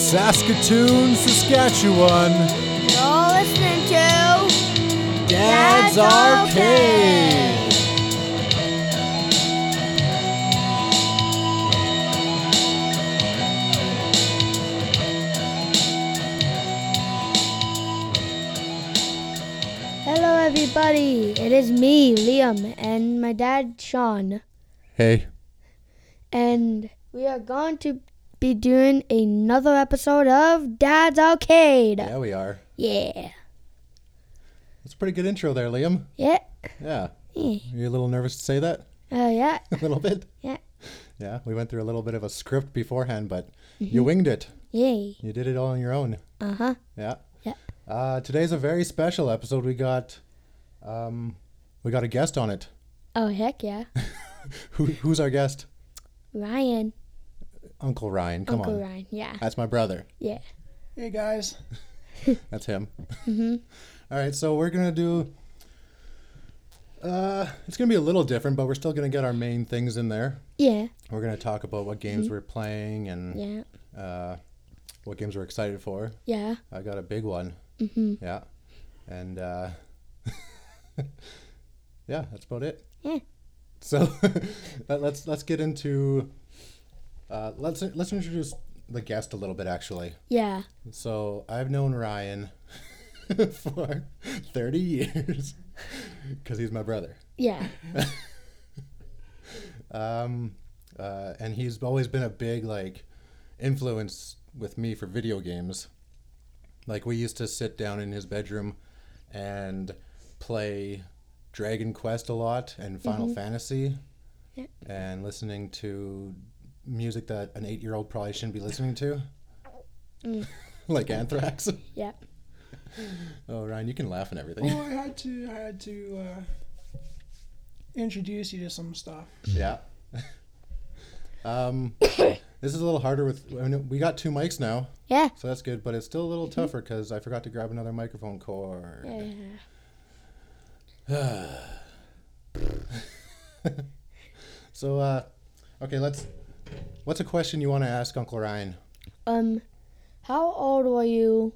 Saskatoon, Saskatchewan. You're listening to Dad's, Arcade. Hello, everybody. It is me, Liam, and my dad, Sean, Hey, and we are going to be doing another episode of Dad's Arcade. yeah, we are. Yeah. That's a pretty good intro there, Liam. Yeah. Yeah. Yeah. You a little nervous to say that? Oh, yeah. A little bit? Yeah. Yeah, we went through a little bit of a script beforehand, but Mm-hmm. you winged it. Yay. You did it all on your own. Uh huh. Yeah. Yeah. Uh, today's a very special episode. We got, um, we got a guest on it. Oh, heck yeah. Who, who's our guest? Ryan. Uncle Ryan. Come Uncle on. Ryan. Yeah. That's my brother. Yeah. Hey guys. That's him. All right, so we're gonna do. Uh, it's gonna be a little different, but we're still gonna get our main things in there. Yeah. We're gonna talk about what games we're playing and Yeah. uh, what games we're excited for. Yeah. I got a big one. Mhm. Yeah, and uh, yeah, that's about it. Yeah. So let- let's let's get into. Uh, let's let's introduce the guest a little bit actually. Yeah. So I've known Ryan for 30 years because he's my brother. Yeah. Um, uh, and he's always been a big like influence with me for video games. Like we used to sit down in his bedroom and play Dragon Quest a lot and Final Fantasy Yeah. and listening to music that an 8-year-old probably shouldn't be listening to. like Anthrax. Yeah. Oh, Ryan, you can laugh and everything. Well, I had to, I had to uh, introduce you to some stuff. Yeah. um, this is a little harder with. I mean, we got two mics now, Yeah. so that's good. But it's still a little tougher because I forgot to grab another microphone cord. Yeah. So, uh, okay, let's. What's a question you want to ask Uncle Ryan? Um, how old were you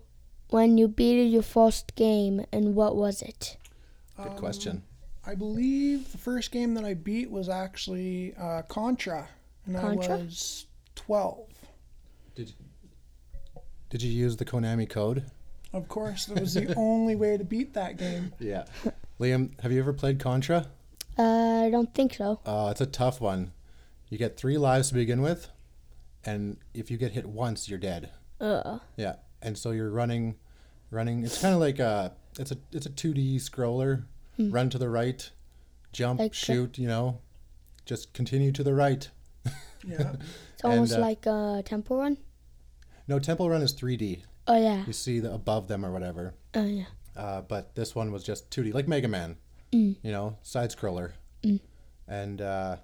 when you beat your first game, and what was it? Good question. I believe the first game that I beat was actually uh, Contra, and Contra? I was twelve. Did you use the Konami code? Of course, that was the only way to beat that game. Yeah. Liam, have you ever played Contra? Uh, I don't think so. Oh, it's a tough one. You get three lives to begin with, and if you get hit once, you're dead. Uh, Yeah, and so you're running, running. It's kind of like a it's a it's a two D scroller. Run to the right, jump, Like, uh, shoot. You know, just continue to the right. Yeah, it's almost uh, like a temple run. No, Temple Run is three D. Oh yeah. You see the above them or whatever. Oh yeah. Uh, but this one was just two D, like Mega Man. You know, side scroller, and uh,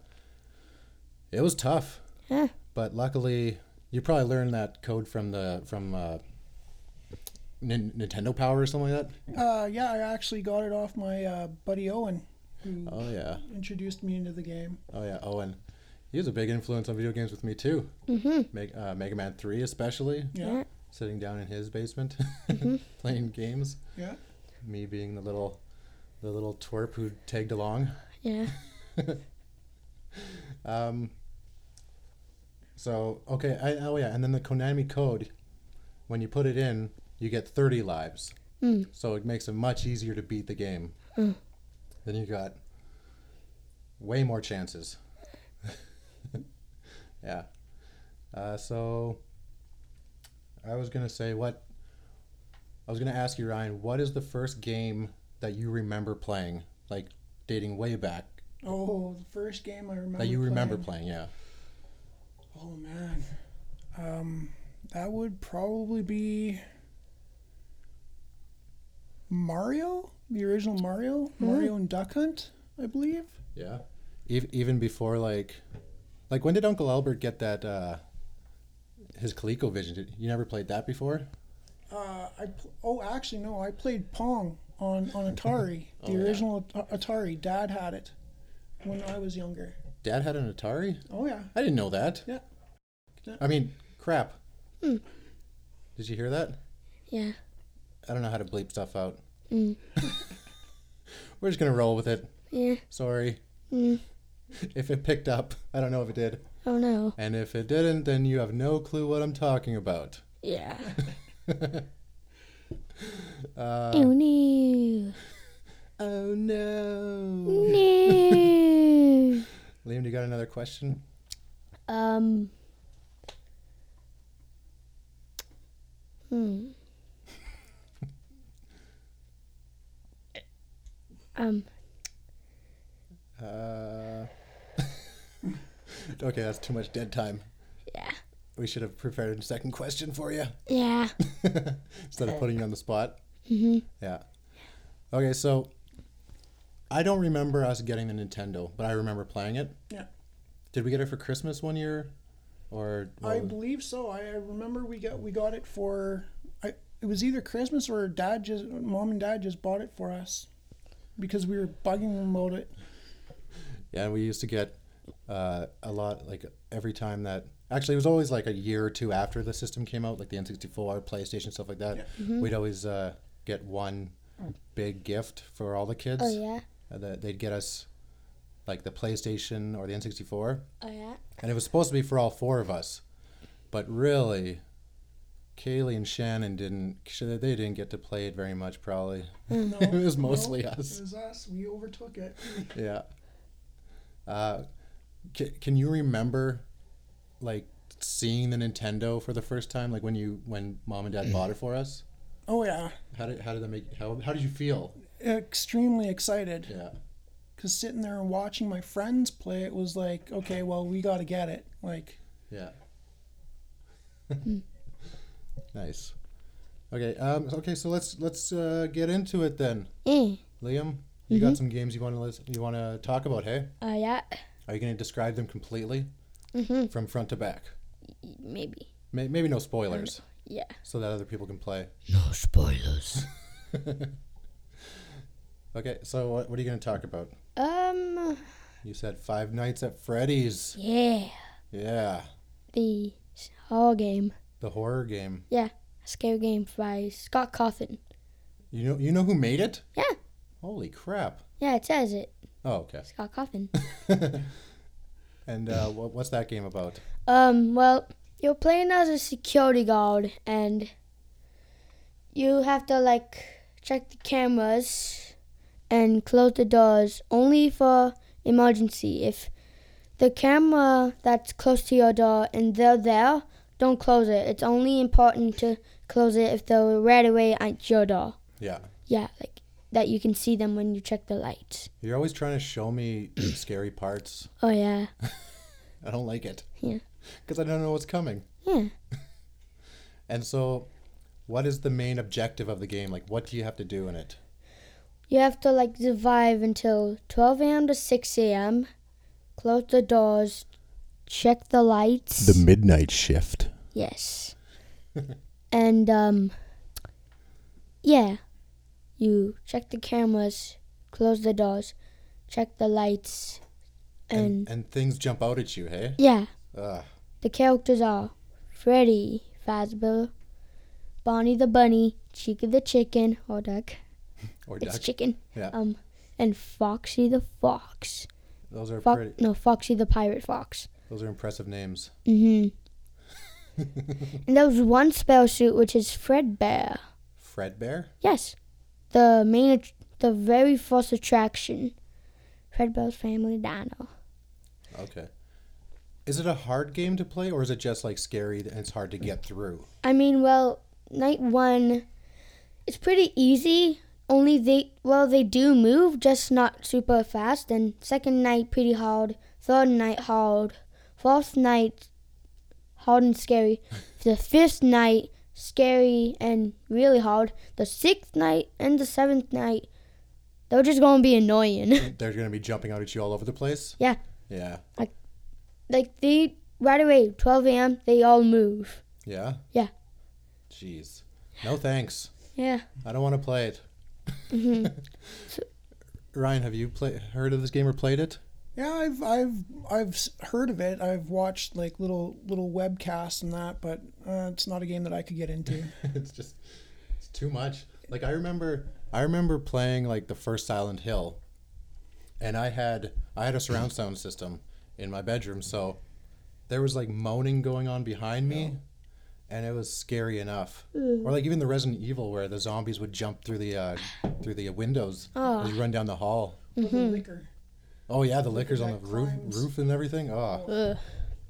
it was tough. Yeah. But luckily, you probably learned that code from the from uh, Nin- Nintendo Power or something like that. uh, yeah, I actually got it off my uh, buddy Owen, who Oh yeah. introduced me into the game. Oh yeah, Owen. He was a big influence on video games with me too. Mm-hmm. Meg- uh, Mega Man Three, especially Yeah, sitting down in his basement playing games. yeah. Me being the little, the little twerp who tagged along. Yeah. Um, so okay, I, oh yeah, and then the Konami code, when you put it in, you get thirty lives. Mm. So it makes it much easier to beat the game. Then you got way more chances. yeah. Uh, so I was gonna say what I was gonna ask you, Ryan. What is the first game that you remember playing, like dating way back Oh, the first game I remember. that you remember Oh, playing. playing? Yeah. Oh man, um, that would probably be Mario, the original Mario, Mario and Duck Hunt, I believe. Yeah. Ev- even before like, like when did Uncle Albert get that? uh His ColecoVision? Did, you never played that before? Uh, I pl- oh actually no, I played Pong on on Atari, the Oh, yeah. original At- Atari. Dad had it when I was younger. Dad had an Atari. Oh yeah, I didn't know that. Yeah. Hmm. I mean, crap. Did you hear that? Yeah. I don't know how to bleep stuff out. Hmm. Mm. We're just gonna roll with it. Yeah. Sorry. Hmm. Mm. If it picked up, I don't know if it did. Oh no. And if it didn't, then you have no clue what I'm talking about. Yeah. Uh, Oh no. oh no. No. Liam, do you got another question? Um. Hmm. Um. Uh, okay, that's too much dead time. Yeah. We should have prepared a second question for you Yeah. instead of putting you on the spot. hmm Yeah. Okay, so I don't remember us getting the Nintendo, but I remember playing it. Yeah. Did we get it for Christmas one year? Or I well, believe so. I, I remember we got we got it for I it was either Christmas or dad just mom and dad just bought it for us because we were bugging them about it. yeah, we used to get uh, a lot like every time that actually it was always like a year or two after the system came out, like the N64, PlayStation, stuff like that. Yeah. Mm-hmm. We'd always uh, get one big gift for all the kids. Oh yeah. Uh, that they'd get us like the PlayStation or the N64. Oh yeah. And it was supposed to be for all four of us, but really, Kaylee and Shannon didn't. sh- They didn't get to play it very much. Probably No, Mm. it was no, mostly It us. was us. We overtook it. Yeah. Uh, ca- can you remember, like, seeing the Nintendo for the first time? Like when you when mom and dad bought it for us. Oh yeah, How did how did that make how how did you feel? extremely excited Yeah. because sitting there and watching my friends play it was like, okay, well we got to get it. Like Yeah. nice. Okay. Um. Okay. So let's let's uh, get into it then. Mm. Liam, you got some games you want to listen, you want to talk about, hey? Oh yeah. Are you going to describe them completely Mm-hmm. from front to back? Maybe. May- maybe no spoilers, Um, Yeah. so that other people can play. No spoilers. Okay, so what, what are you going to talk about? Um. You said Five Nights at Freddy's. Yeah. Yeah, The horror game, the horror game. scary game by Scott Coffin. You know, you know who made it? Yeah. Holy crap! Yeah, it says it. Oh, okay. Scott Coffin. and uh, what, what's that game about? Um, well, you're playing as a security guard and you have to like check the cameras and close the doors only for emergency. If the camera that's close to your door and they're there, don't close it. It's only important to close it if they're right away at your door. Yeah, Yeah, like that you can see them when you check the lights. you're always trying to show me scary parts. Oh yeah. I don't like it. Yeah. Because I don't know what's coming. Yeah. And so, what is the main objective of the game? Like, what do you have to do in it? You have to like survive until 12 a.m. to 6 a.m. Close the doors, check the lights. midnight shift. yes. and um yeah. You check the cameras, close the doors, check the lights And, and, and things jump out at you, hey? yeah, Ugh. the characters are Freddy Fazbear, Bonnie the bunny, Chica the chicken or duck. Or It's duck. chicken. Yeah. Um and Foxy the fox. Those are Fox, pretty. no, Foxy the Pirate Fox. Those are impressive names. hmm and there was one spell suit, which is Fredbear. Fredbear. Yes, the main, att- the very first attraction, Fredbear's Family Dino. Okay. Is it a hard game to play, or is it just like scary and it's hard to get through? I mean, well, night one, it's pretty easy. Only they, well, they do move, just not super fast. And second night, pretty hard. Third night, hard. Fourth night, hard and scary. The fifth night, scary and really hard. The sixth night and the seventh night, they're just gonna be annoying. They're going to be jumping out at you all over the place. Yeah. Yeah. like they right away, 12 a.m. They all move. Yeah. Yeah. Jeez. No thanks. Yeah. I don't want to play it. Ryan, have you play, heard of this game or played it? Yeah, I've I've I've s- heard of it. I've watched like little little webcasts and that, but uh, it's not a game that I could get into. it's just it's too much. Like I remember I remember playing like the first Silent Hill and I had I had a surround sound system in my bedroom, so there was like moaning going on behind me and it was scary enough. Or like even the Resident Evil where the zombies would jump through the uh through the windows as you run down the hall. With the Mm-hmm. liquor. Oh yeah, the liquors on the that roof climbs. roof and everything. Oh. Ugh.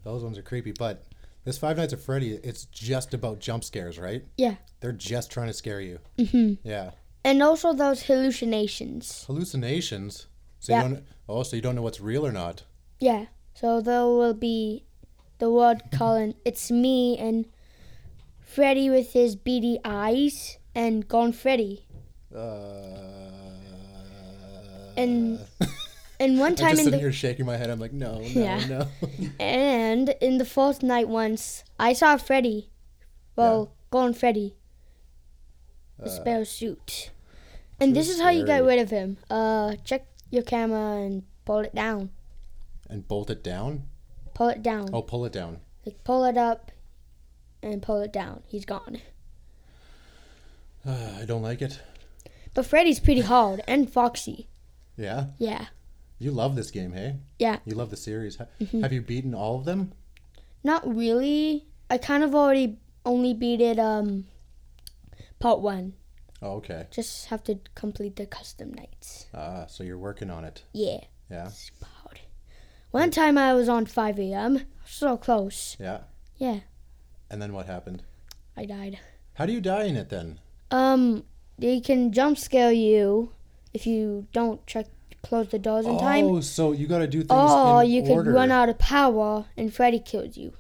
Those ones are creepy, but this Five Nights at Freddy, it's just about jump scares, right? Yeah. They're just trying to scare you. Mhm. Yeah. And also those hallucinations. hallucinations. So Yeah. you don't. Oh, so you don't know what's real or not. Yeah. So there will be the word Mm-hmm. calling it's me and Freddy with his beady eyes and gone Freddy. Uh, And- And one I'm time just in sitting the here shaking my head. I'm like, no, no, Yeah. no. and in the fourth night once I saw Freddy. Well, gone Freddy. The spell suit. Uh, And too this is how you get scary. rid of him. Uh check your camera and pull it down. And bolt it down. Pull it down. Oh, pull it down. Like pull it up and pull it down. He's gone. Uh, I don't like it. But Freddy's pretty hard and foxy. Yeah, Yeah. you love this game, hey? Yeah. Mm-hmm. You love the series. Ha- Have you beaten all of them? Not really. I kind of already only beat it um part 1. Oh, okay. Just have to complete the custom nights. Ah, so you're working on it. Yeah. Yeah, Super hard. One time I was on 5 a.m. So close. yeah. Yeah. And then what happened? I died. How do you die in it then? Um they can jump scare you if you don't check close the doors in time. Oh, so you got to do things. Or in you could order. run out of power and Freddy killed you.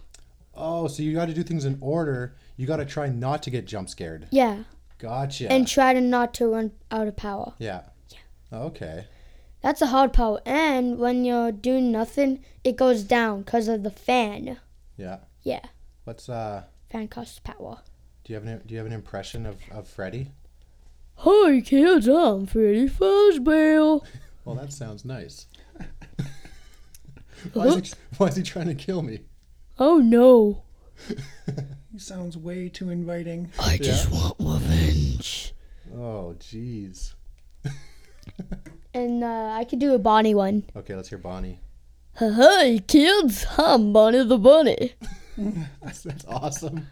Oh, so you got to do things in order. You got to try not to get jump scared. Yeah. Gotcha. And try to not to run out of power. yeah. Okay. That's a hard power. And when you're doing nothing, it goes down because of the fan. Yeah. Yeah, What's uh? fan costs power. Do you have an Do you have an impression of of Freddy? Hi kids, I'm Freddy Fazbear. Well, that sounds nice. why, is he, why is he trying to kill me? Oh no. He sounds way too inviting. I just want revenge. Oh, jeez. And uh, I could do a Bonnie one. Okay, let's hear Bonnie. Hi kids, I'm Bonnie the Bunny. That's, that's awesome.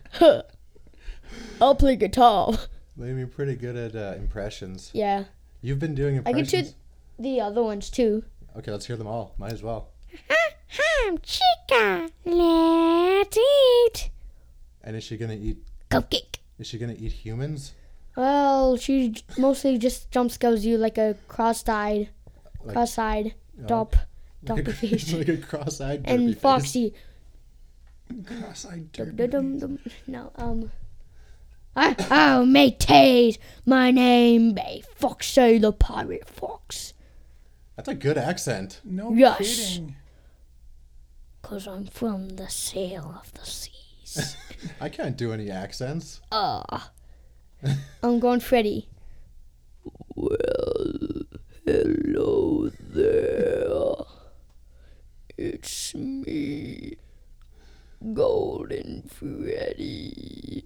I'll play guitar. They be pretty good at uh, impressions. Yeah, You've been doing I could impressions. do the other ones too. Okay, let's hear them all. Might as well. I'm Chica. Let's eat And is she gonna eat? cupcake. Is she gonna eat humans? Well, she j- mostly just jump scares you like a cross-eyed, Like- cross-eyed, dop, Uh, Like doppy a, face, like a cross-eyed. derpy and face. Foxy. Cross-eyed derpy. Dum, dum, no, um, I, oh, mateys, my name be Foxy the Pirate Fox, That's a good accent. No Yes. kidding. cause I'm from the sail of the seas. I can't do any accents. Ah, I'm going Freddy. Hello there. It's me, Golden Freddy.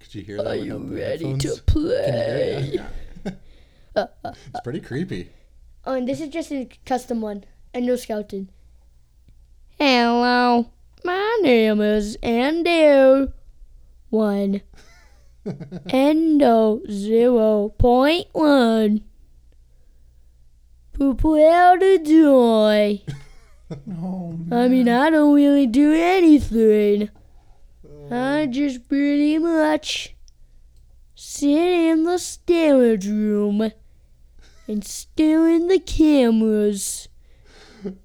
Could you hear that? Are without you the ready headphones? to Can you hear play? it? it's pretty creepy. Oh, and this is just a custom one, endoskeleton. Hello, my name is Endo. One. Endo zero point one. Prepare to joy. Oh, man. I mean, I don't really do anything. I just pretty much sit in the storage room and stare in the cameras.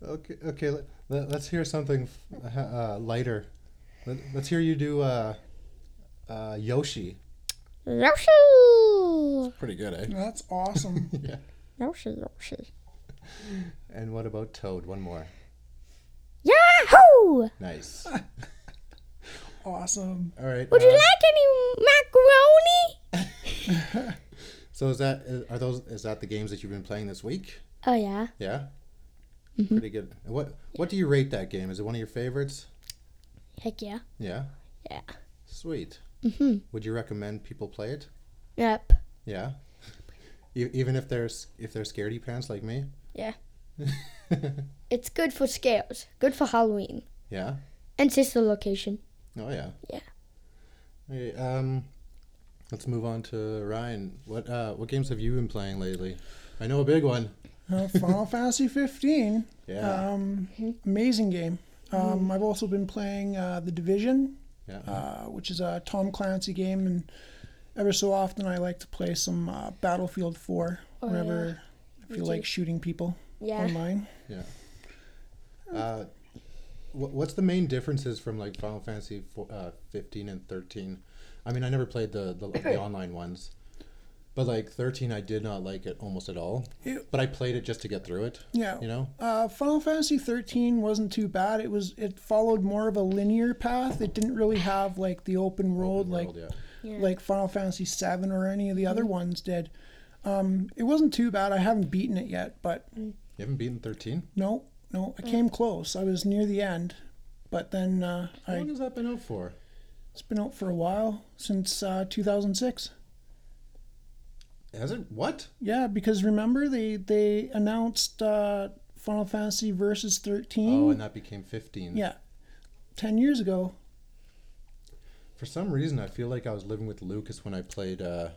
Okay, okay. Let, let, us hear something f- uh, lighter. Let, let's hear you do uh, uh, Yoshi. Yoshi! Pretty good, eh? That's awesome. yeah. Yoshi, Yoshi. And what about Toad? One more. Yahoo! Nice. awesome. All right. Would you uh, like any macaroni? so is that are those is that the games that you've been playing this week? Oh, yeah. Yeah. Pretty good. What What do you rate that game? Is it one of your favorites? Heck yeah. Yeah. Yeah. Sweet. Mhm. Would you recommend people play it? Yep. Yeah. E- even if they're s- if they're scaredy pants like me. Yeah. It's good for scales. Good for Halloween. yeah. And sister location. Oh yeah. Yeah. Okay, um, let's move on to Ryan. What uh, what games have you been playing lately? I know a big one. Uh, Final Fantasy 15. Yeah. Um, Mm-hmm. amazing game. Um, I've also been playing uh, The Division, yeah. uh, which is a Tom Clancy game, and ever so often I like to play some uh, Battlefield 4 Oh, whenever I feel Me like too. shooting people Yeah. online. Uh, wh- what's the main differences from like Final Fantasy fo- uh, 15 and 13? I mean, I never played the, the the online ones, but like 13, I did not like it almost at all. Ew. But I played it just to get through it. Yeah. You know? Uh, Final Fantasy 13 wasn't too bad. It was it followed more of a linear path. It didn't really have like the open world, Open like world, yeah. Yeah. Mm-hmm. like Final Fantasy VII or any of the other ones did. Um, it wasn't too bad. I haven't beaten it yet, but You haven't beaten 13. no, no, I came close. I was near the end, but then uh, How long I has that been out for? it's been out for a while since uh, 2006. Has it? What? Yeah, because remember they they announced uh, Final Fantasy Versus 13. Oh, and that became 15. Hmm? yeah, ten years ago. For some reason, I feel like I was living with Lucas when I played uh,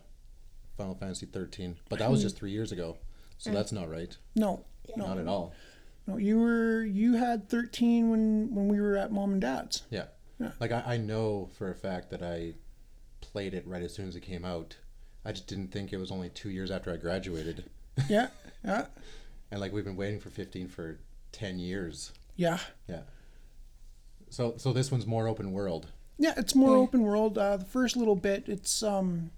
Final Fantasy 13, but that was just three years ago. So that's not right. No, Hmm. no, Not at all. No, you were you had thirteen when when we were at mom and dad's. Yeah. Yeah. Like I, I know for a fact that I played it right as soon as it came out. I just didn't think it was only two years after I graduated. Yeah, yeah, And like we've been waiting for fifteen for ten years. yeah, So so this one's more open world. yeah. It's more open world. Uh, the first little bit, it's um,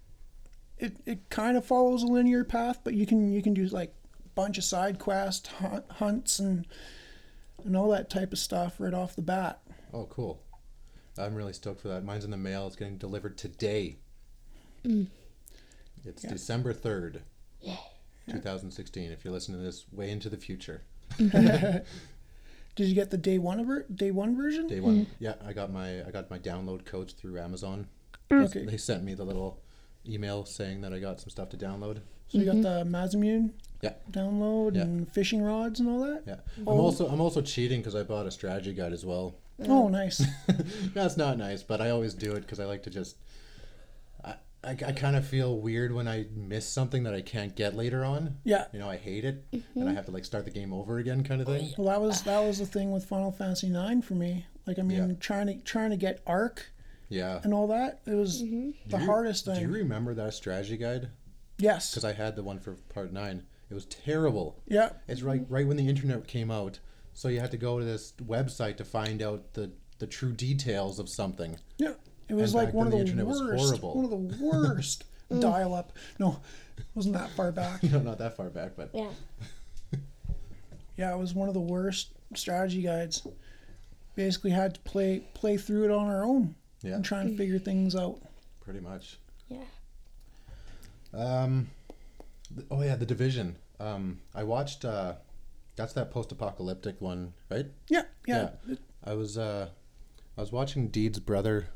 it it kind of follows a linear path, but you can you can do like a bunch of side quests, hunt, hunts, and and all that type of stuff right off the bat. Oh cool. I'm really stoked for that. Mine's in the mail. It's getting delivered today. It's December third. 2016 if you're listening to this way into the future Did you get the day one of it? Day one version? day one yeah i got my i got my download codes through amazon Okay. they sent me the little email saying that i got some stuff to download So you got the Mazimune Yeah. download Yeah. and fishing rods and all that. Yeah, I'm Oh. also I'm also cheating because I bought a strategy guide as well. Oh, nice. That's not nice, but I always do it because I like to just. I I, I kind of feel weird when I miss something that I can't get later on. Yeah. Mm-hmm. You know, I hate it, and I have to like start the game over again, kind of thing. Well, that was that was the thing with Final Fantasy IX for me. Like, I mean, Yeah. trying to trying to get Arc Yeah. and all that. It was the Do you- hardest Do thing. you remember that strategy guide? yes. Because I had the one for part nine. It was terrible. Yeah. It's right right when the internet came out, so you had to go to this website to find out the the true details of something. Yeah. It was And like back one of then the the, internet was worst. horrible. Mm. One of the worst. Dial up. No, it wasn't that far back. You know, not that far back, but yeah. Yeah, it was one of the worst strategy guides. Basically, had to play play through it on our own yeah. and trying to figure things out. Pretty much. Yeah. Um, th- oh yeah, the division. Um, I watched. Uh, that's that post-apocalyptic one, right? Yeah, yeah, I was. Uh, I was watching Deed's brother.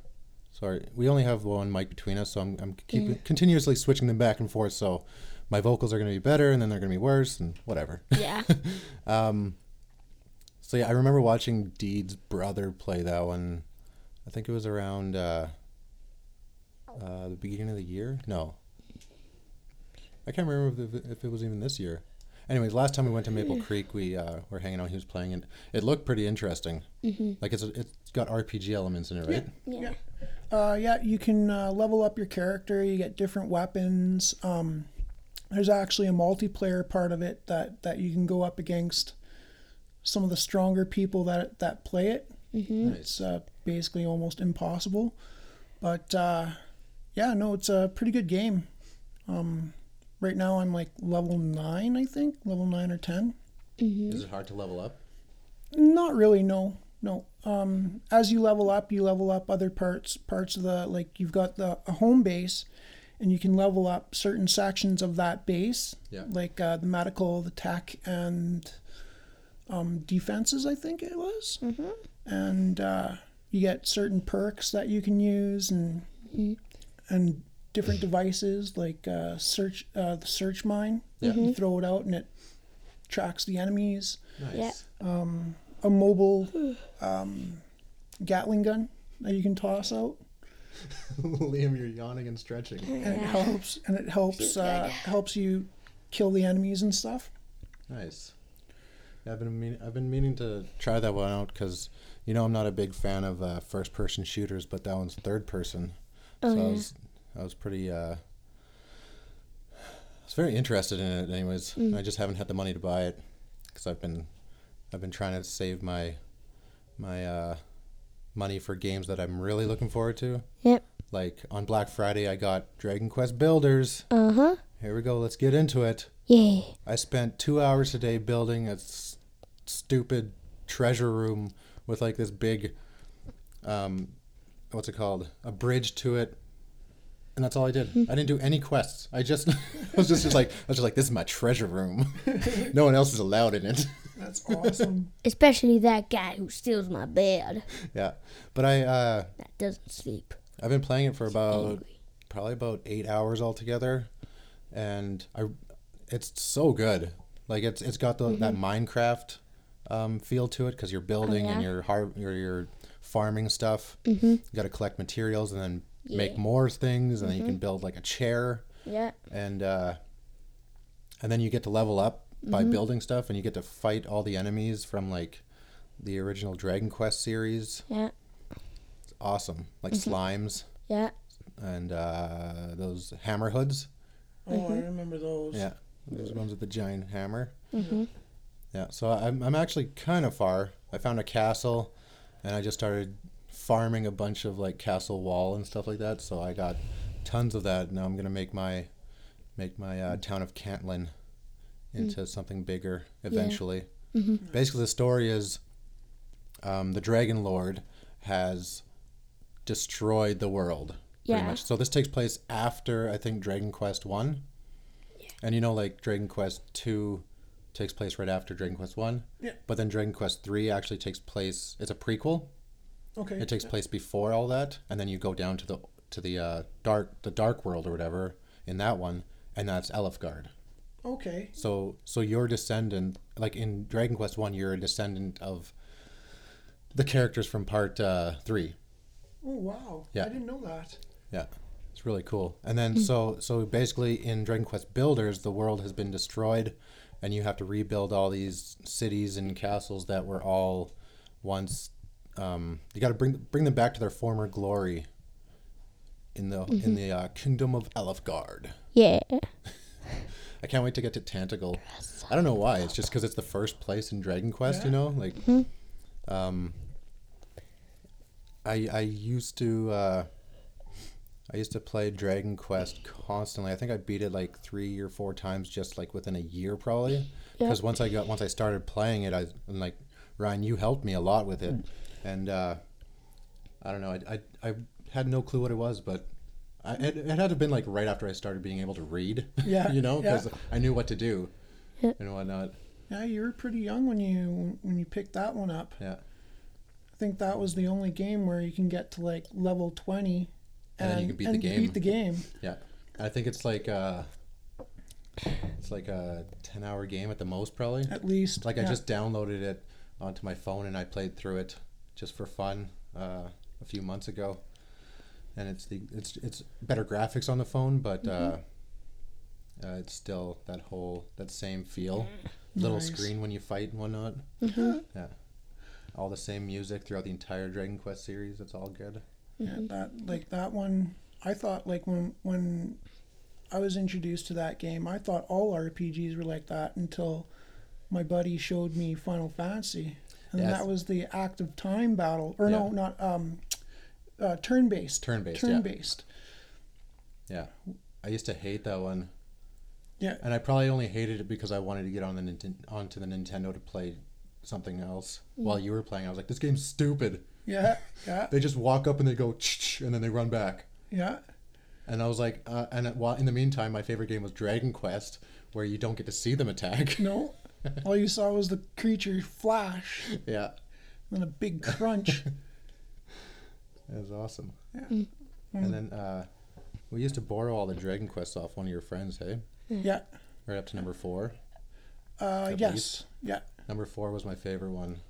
Sorry, we only have one mic between us, so I'm I'm keep continuously switching them back and forth. So my vocals are gonna be better, and then they're gonna be worse, and whatever. Yeah. So yeah, I remember watching Deed's brother play that one. I think it was around uh, uh, the beginning of the year. No, I can't remember if, it- if it was even this year. Anyways, last time we went to Maple Creek, we uh, were hanging out. He was playing it. It looked pretty interesting. Like it's a- it's got RPG elements in it, right? Mm-hmm. yeah. Yeah. Uh, yeah, you can uh, level up your character. You get different weapons. Um, there's actually a multiplayer part of it that, that you can go up against some of the stronger people that that play it. Mm-hmm. It's uh, basically almost impossible, but uh, yeah, no, it's a pretty good game. Um, right now, I'm like level nine, I think, level nine or ten. Is it hard to level up? Not really, no, no. Um, as you level up, you level up other parts parts of the like you've got the a home base, and you can level up certain sections of that base, Yeah. like uh, the medical, the tech, and um, defenses, I think it was. Mhm. And uh, you get certain perks that you can use and and different devices like uh, search uh, the search mine. Yeah. You throw it out and it tracks the enemies. Nice. Yeah. A mobile um, Gatling gun that you can toss out. Liam, you're yawning and stretching. and it helps and it helps uh, helps you kill the enemies and stuff. Nice. Yeah, I've been mean, I've been meaning to try that one out because you know I'm not a big fan of uh, first person shooters, but that one's third person. Oh, so I yeah. was I was pretty uh, I was very interested in it, anyways. And Mm. I just haven't had the money to buy it because I've been I've been trying to save my my uh, money for games that I'm really looking forward to. Yep. Like on Black Friday, I got Dragon Quest Builders. Uh huh. Here we go. Let's get into it. Yay. I spent two hours a day building a s- stupid treasure room with like this big, um, what's it called? A bridge to it, and that's all I did. I didn't do any quests. I just I was just, just like I was just like this is my treasure room. no one else is allowed in it. That's awesome. Especially that guy who steals my bed yeah, but I uh, that doesn't sleep. I've been playing it for about probably about eight hours altogether, and I it's so good. Like it's it's got the, that Minecraft um, feel to it because you're building and yeah? you're har- you're, you're farming stuff. Mm-hmm. You got to collect materials and then make more things, and then you can build like a chair Yeah. and uh, and then you get to level up by building stuff, and you get to fight all the enemies from like the original Dragon Quest series. Yeah. It's awesome, like slimes Yeah. and uh, those hammer hoods. Oh, I remember those. Yeah, those ones with the giant hammer. Yeah, so I'm I'm actually kind of far. I found a castle, and I just started farming a bunch of like castle wall and stuff like that. So I got tons of that. Now I'm gonna make my make my uh, town of Cantlin into something bigger eventually. Basically, the story is um, the Dragon Lord has destroyed the world pretty Yeah. much. So this takes place after I think Dragon Quest One, and you know like Dragon Quest Two takes place right after Dragon Quest One. Yeah. But then Dragon Quest Three actually takes place. It's a prequel. Okay. It takes place before all that, and then you go down to the to the uh, dark the dark world or whatever in that one, and that's Elfgard. okay. So so your descendant, like in Dragon Quest One, you're a descendant of the characters from part uh, three. Oh wow. Yeah. I didn't know that. Yeah, it's really cool. And then so so basically in Dragon Quest Builders, the world has been destroyed, and you have to rebuild all these cities and castles that were all once. Um, you got to bring bring them back to their former glory. In the in the uh, kingdom of Elfgard. Yeah. I can't wait to get to Tantacle. I don't know why. It's just because it's the first place in Dragon Quest, you know. Like, um, I I used to uh, I used to play Dragon Quest constantly. I think I beat it like three or four times, just like within a year, probably. Yeah. Because once I got once I started playing it, I and like Ryan, you helped me a lot with it, and uh, I don't know. I, I I had no clue what it was, but. I, it, it had to have been like right after I started being able to read. Yeah, you know, because yeah. I knew what to do and whatnot. Yeah, you were pretty young when you when you picked that one up. Yeah. I think that was the only game where you can get to like level twenty. And then you can beat the game. Beat the game. Yeah, I think it's like uh, it's like a ten-hour game at the most, probably. At least. Like I yeah. just downloaded it onto my phone and I played through it just for fun uh, a few months ago, and it's the it's it's better graphics on the phone, but Mm-hmm. uh, uh, it's still that whole that same feel, little Nice. Mm-hmm. screen when you fight and whatnot. Yeah, all the same music throughout the entire Dragon Quest series. It's all good. Yeah, that like that one. I thought like when when I was introduced to that game, I thought all RPGs were like that until my buddy showed me Final Fantasy, and Yeah, that it's- was the active time battle, or no, Yeah. not um, uh, turn based. Turn-based, yeah. Turn based. Yeah, I used to hate that one. Yeah. and I probably only hated it because I wanted to get on the Ninten- onto the Nintendo to play something else while you were playing. I was like, this game's stupid. Yeah. Yeah. They just walk up and they go, "Ch-ch-ch," and then they run back. Yeah. And uh, I was like, uh, and it, while in the meantime, my favorite game was Dragon Quest, where you don't get to see them attack. No. All you saw was the creature flash Yeah, and a big crunch. that was awesome. Yeah. Mm. And then uh, we used to borrow all the Dragon Quests off one of your friends, hey? yeah. Right up to number four. Uh, At yes. least. Yeah. Number four was my favorite one.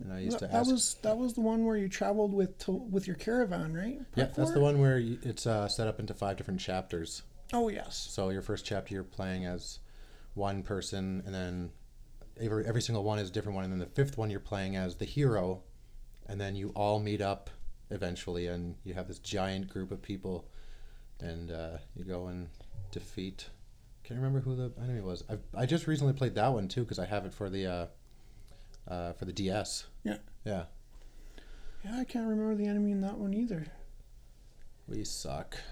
And I used That, to ask. was that was the one where you traveled with to, with your caravan, right? yeah, Part that's four? the one where you, it's uh, set up into five different chapters. Oh yes. So your first chapter, you're playing as one person, and then every every single one is a different one, and then the fifth one, you're playing as the hero, and then you all meet up eventually, and you have this giant group of people, and uh, you go and defeat. Can't remember who the enemy was. I I just recently played that one too because I have it for the uh, uh, for the DS. Yeah. Yeah. Yeah, I can't remember the enemy in that one either. We suck.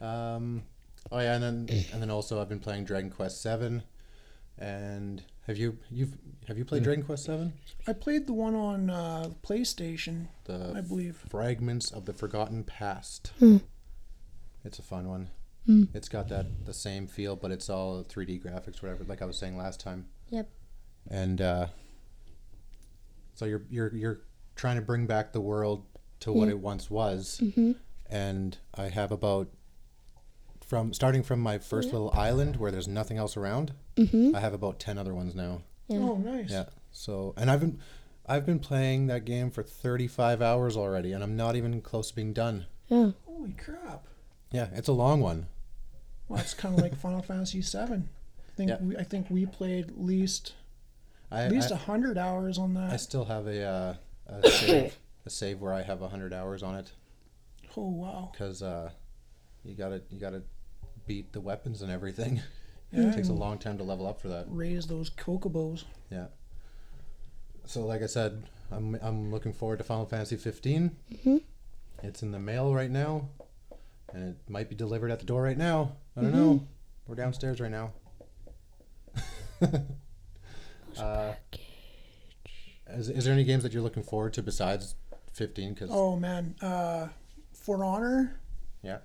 um, oh yeah, and then and then also I've been playing Dragon Quest Seven, and have you you've have you played Dragon Quest Seven? I played the one on uh, PlayStation, I The believe. Fragments of the Forgotten Past. It's a fun one. It's got that the same feel, but it's all 3D graphics, whatever. Like I was saying last time. Yep. And uh, so you're you're you're trying to bring back the world to what it once was, and I have about from starting from my first little island where there's nothing else around. I have about ten other ones now. Oh, nice. Yeah. So, and I've been, I've been playing that game for 35 hours already, and I'm not even close to being done. Holy crap! Yeah, it's a long one. Well, it's kind of like Final Fantasy VII. I think Yeah. we, I think we played at least I, at least I, a hundred hours on that. I still have a, uh, a save, a save where I have 100 hours on it oh wow! because uh, you gotta, you gotta beat the weapons and everything. Yeah. It takes a long time to level up for that. Raise those cocobos. Yeah. So, like I said, I'm I'm looking forward to Final Fantasy 15. Mm-hmm. It's in the mail right now, and it might be delivered at the door right now. I Mm-hmm. don't know. We're downstairs right now. uh, is, is there any games that you're looking forward to besides 15? Because Oh man, uh, For Honor yeah,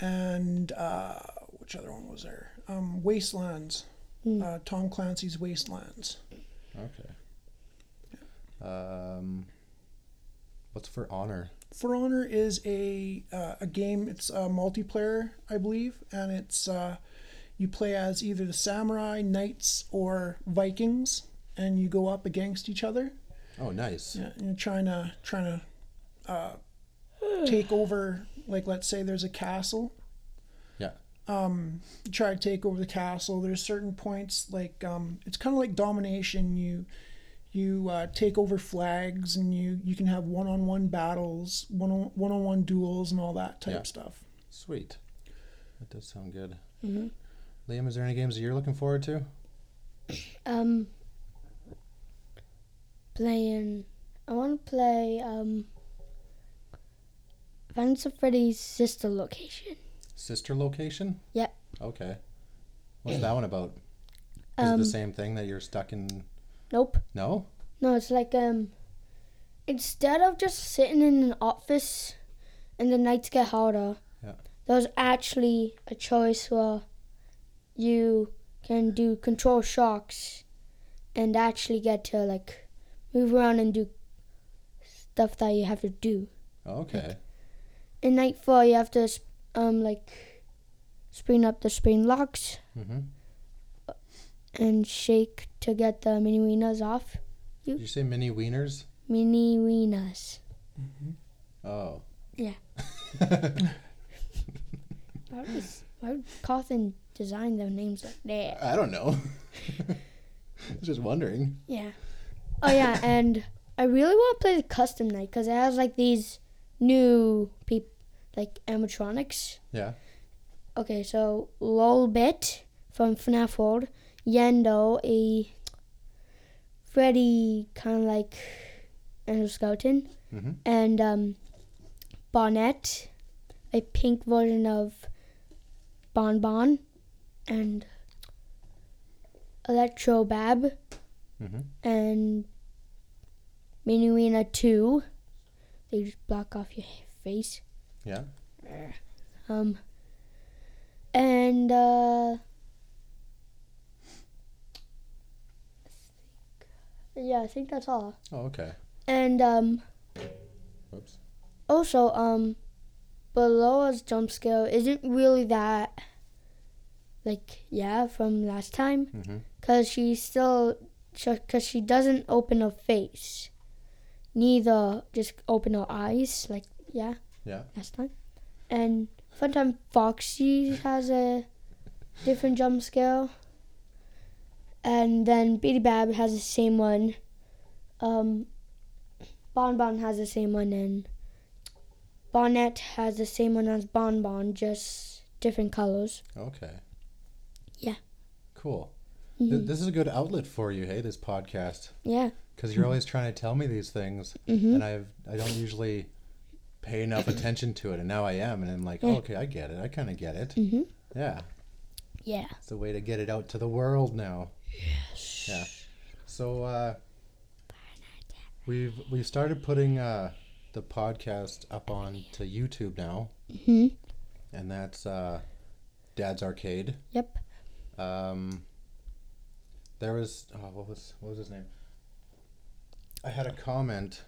and uh, which other one was there? Um, Wastelands. Uh, Tom Clancy's Wastelands. okay. Um, what's for honor? For Honor is a uh, a game. It's a multiplayer, I believe, and it's uh, you play as either the samurai, knights, or Vikings, and you go up against each other. Oh, nice. Yeah, you're trying to trying to uh, take over. Like, let's say there's a castle. Yeah. You try to take over the castle. There's certain points like um, it's kind of like domination. You you uh, take over flags, and you you can have one-on-one battles, one on one-on-one duels, and all that type Yeah. stuff. Sweet. That does sound good. Mm-hmm. Liam, is there any games that you're looking forward to? Um, playing. I want to play um. Vanessa Freddy's sister location. Sister Location? Yep. Okay. What's that one about? Is it Um, the same thing that you're stuck in? Nope. No? No, it's like um. Instead of just sitting in an office, and the nights get harder. Yeah. There's actually a choice where you can do control shocks, and actually get to like move around and do stuff that you have to do. Okay. in night four you have to s- um like spring up the spring locks hmm and shake to get the mini wieners off Did you say mini wieners? mini wieners Oh. Yeah. why would, why would Cawthon design their names like that I don't know. I was just wondering. yeah oh yeah and i really want to play the custom night because it has like these new peop- like animatronics Yeah. Okay, so Lolbit from FNAF World, Yendo, a Freddy kind of like endoskeleton, Mhm. and um, Bonnet, a pink version of Bon Bon, and Electrobab, Mhm. and Minuina 2. They just block off your face. Yeah. Um, and uh, yeah, I think that's all. Oh, okay. And um, Whoops. also, um, Beloa's jump scare isn't really that, like, yeah, from last time. Mhm. Because she still, because she doesn't open her face. Neither just open her eyes, like, yeah. Yeah. Last time. And fun time, Foxy has a different jump scare. And then Beady Bab has the same one. Um, Bon Bon has the same one, and Bonnet has the same one as Bon Bon, just different colors. Okay. Yeah. Mm-hmm. Cool. Th- this is a good outlet for you, hey, this podcast, Yeah. because you're always trying to tell me these things, Mhm. and I've I don't usually pay enough attention to it, and now I am, and I'm like, Yeah. okay, I get it, I kind of get it. Mhm. Yeah, Yeah. it's the way to get it out to the world now. Yes. Yeah. So uh, we've we've started putting uh, the podcast up on to YouTube now, Hmm. and that's uh, Dad's Arcade. Yep. Um, there was oh, what was what was his name? I had a comment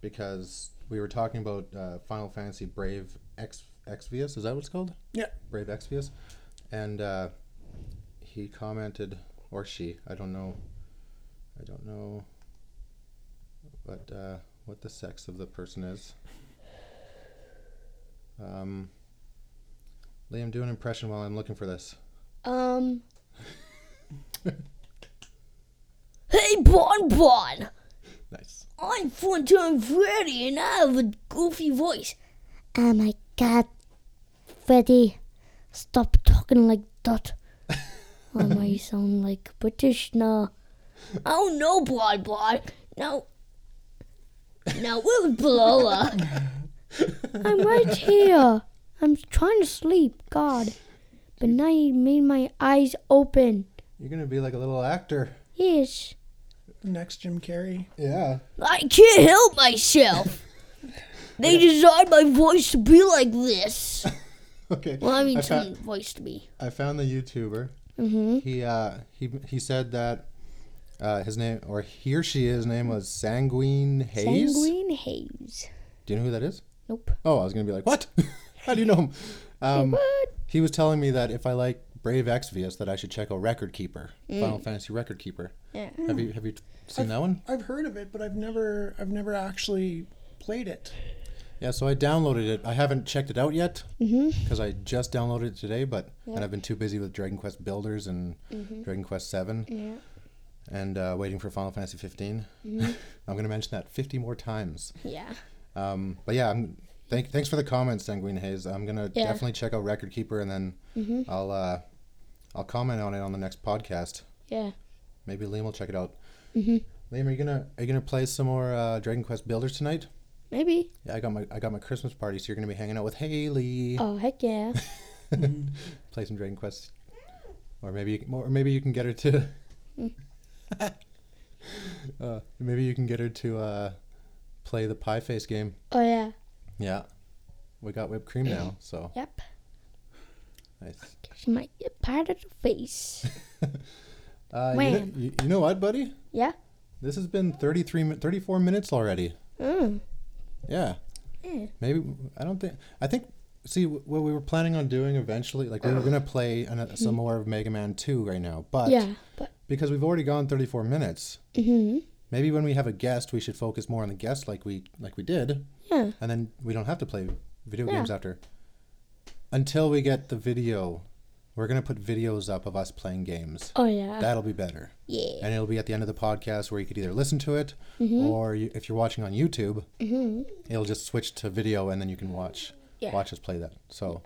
because we were talking about uh, Final Fantasy Brave X Xvius. Is that what it's called? Yeah. Brave Xvius, and uh, he commented or she. I don't know. I don't know. What uh, what the sex of the person is. Um, Liam, do an impression while I'm looking for this. Um. Hey, Bon Bon! Nice. I'm Funtime Freddy and I have a goofy voice. Oh my God, Freddy, stop talking like that. oh my, you sound like British now. Oh no, Bon Bon! No. No, it was Blower. I'm right here. I'm trying to sleep, God. But now you made my eyes open. You're gonna be like a little actor. Yes. Next, Jim Carrey. Yeah. I can't help myself. They designed my voice to be like this. Okay. Well, I mean, I, some found, voice to be. I found the YouTuber. Mm-hmm. He uh he he said that uh his name or he or she his name was Sanguine Hayes. Sanguine haze. Do you know who that is? Nope. Oh, I was gonna be like, what? How do you know him? Um, What? he was telling me that if I like Brave Exvius, that I should check out Record Keeper, Final Fantasy Record Keeper. Yeah. Have you have you seen that one? I've heard of it, but I've never, I've never actually played it. Yeah, so I downloaded it. I haven't checked it out yet Mm-hmm. because I just downloaded it today, but and I've been too busy with Dragon Quest Builders and Dragon Quest Seven, Mm-hmm. Yeah. Mm-hmm. and uh, waiting for Final Fantasy 15 I'm going to mention that fifty more times. Yeah. Um, but yeah, I'm, thank, thanks for the comments, Sanguine Haze. I'm going to Yeah. Mm-hmm. definitely check out Record Keeper, and then I'll uh, I'll comment on it on the next podcast. Yeah. Maybe Liam will check it out. Mm-hmm. Liam, are you gonna are you gonna play some more uh, Dragon Quest Builders tonight? Maybe. Yeah, I got my I got my Christmas party, so you're gonna be hanging out with Haley. Oh heck yeah. play some Dragon Quest, or maybe you can- or maybe you can get her to. uh, maybe you can get her to uh, play the pie face game. Oh yeah. Yeah, we got whipped cream now, so Yep. nice. She might get part of the face. Uh, you, know, Wham. you, you know what, buddy? Yeah. This has been 33, mi- 34 minutes already. Mm. Yeah. Yeah. Maybe I don't think I think. See wh- what we were planning on doing eventually, like we were gonna play an, some more of Mega Man Two right now, but Mm-hmm. Yeah. But. because we've already gone thirty four minutes, Mm-hmm. Maybe when we have a guest, we should focus more on the guest, like we like we did, Yeah. and then we don't have to play video Yeah. games after. Until we get the video, we're gonna put videos up of us playing games. Oh yeah. That'll be better, yeah. and it'll be at the end of the podcast where you could either listen to it, or you, if you're watching on YouTube, Mm-hmm. it'll just switch to video, and then you can watch Yeah. watch us play that. So,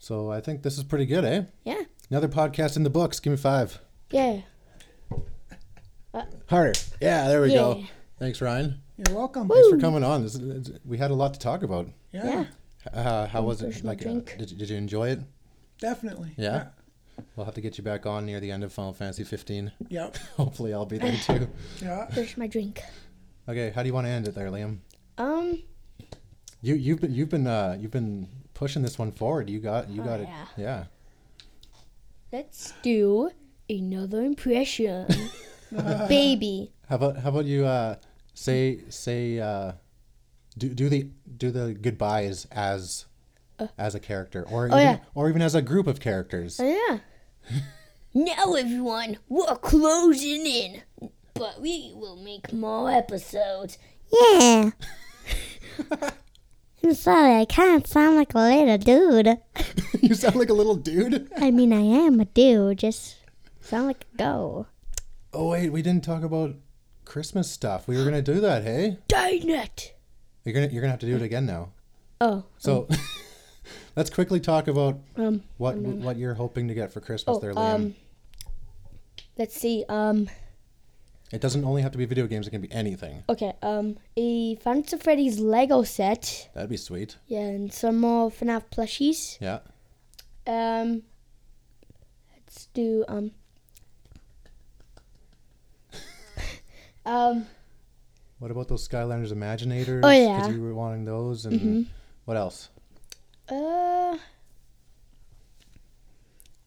so I think this is pretty good, eh? Yeah. Another podcast in the books. Give me five. Yeah. Harder. Yeah, there we go. Yeah. Thanks, Ryan. You're welcome. Thanks for coming on. This, it's- we had a lot to talk about. Yeah, Yeah. Uh, how was Personal it? Like, uh, drink. did, you- did you enjoy it? definitely. Yeah. We'll have to get you back on near the end of Final Fantasy 15. Yeah. Hopefully, I'll be there too. Yeah. Finish my drink. Okay, how do you want to end it there, Liam? Um. You you've been you've been uh, you've been pushing this one forward. You got you got it. Oh, yeah. Yeah. Let's do another impression. baby. How about how about you uh, say say uh, do do the do the goodbyes as as a character or even, Uh. Oh, yeah. or even as a group of characters. Oh, yeah. Now, everyone, we're closing in, but we will make more episodes. Yeah. I'm sorry, I kind of sound like a little dude. you sound like a little dude. I mean, I am a dude, just sound like a go. Oh wait, we didn't talk about Christmas stuff. We were gonna do that, hey? Dang it! You're gonna you're gonna have to do it again now. Oh, So let's quickly talk about um, what what you're hoping to get for Christmas oh, there, Liam. um, let's see. Um, it doesn't only have to be video games, it can be anything. okay. Um, a Fancy Freddy's Lego set. That'd be sweet. Yeah, and some more FNAF plushies. Yeah. Um, let's do um. um, What about those Skylanders Imaginators? Oh, yeah. Mm-hmm. you were wanting those and what else? uh.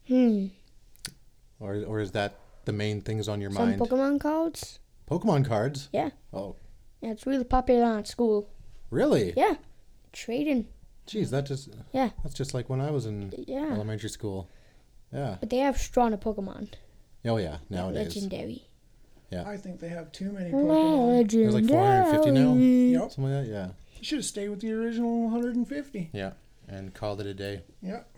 Hmm. Or or is that the main things on your Some mind? Pokemon cards. Pokemon cards? Yeah. Oh, Yeah, it's really popular at school. really? Yeah. Trading. Jeez, that just Yeah. That's just like when I was in Yeah. elementary school. Yeah. But they have stronger Pokemon. Oh yeah, nowadays. Legendary. I think they have too many Pokemon. There's like 450 now. Yep. Something like that, yeah. You should have stayed with the original 150. Yeah. And called it a day. Yep.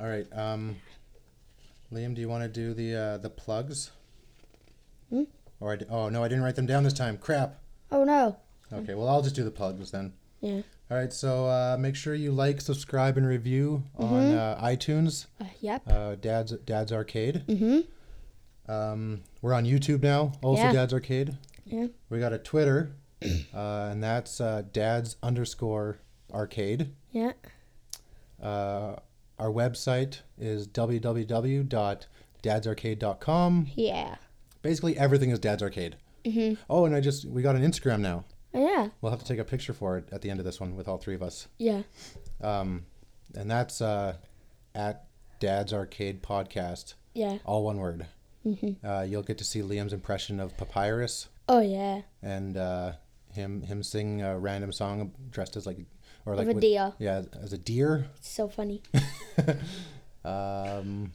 All right. Um, Liam, do you want to do the uh, the plugs? Hmm? Or I d- oh no, I didn't write them down this time. Crap. Oh no. Okay, well I'll just do the plugs then. Yeah. All right. So uh, make sure you like, subscribe, and review on uh, iTunes. Uh, yep. Uh, Dad's Dad's Arcade. Mm-hmm. Um, we're on YouTube now. Also, Yeah. Dad's Arcade. Yeah. We got a Twitter, uh, and that's uh, Dad's underscore Arcade. Yeah. Uh, our website is www.dadsarcade.com. Yeah. Basically, everything is Dad's Arcade. Mm-hmm. Oh, and I just we got an Instagram now. Oh, yeah. We'll have to take a picture for it at the end of this one with all three of us. Yeah. Um, and that's uh, at Dad's Arcade Podcast, Yeah. all one word. Mm-hmm. Uh, you'll get to see Liam's impression of Papyrus Oh yeah. and uh, him him sing a random song dressed as like or like a deer. Yeah, as a deer. It's so funny. Um,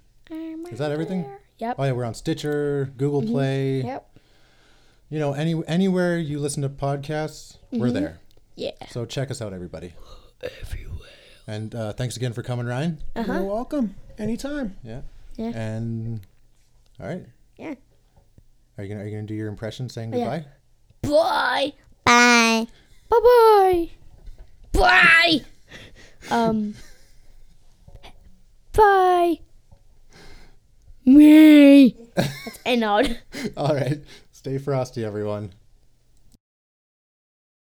is that everything? Yep. Oh yeah, we're on Stitcher, Google Play. Mm-hmm. Yep. You know, any anywhere you listen to podcasts, we're there. Mm-hmm. Yeah. So check us out, everybody. Everywhere. And uh, thanks again for coming, Ryan. You're welcome. Anytime. Yeah. Yeah. And all right. Yeah. Oh, Are you gonna Are you gonna do your impression saying yeah. goodbye? Bye! Bye. Bye bye. Bye! Um. bye. Me! And out. All right. Stay frosty, everyone.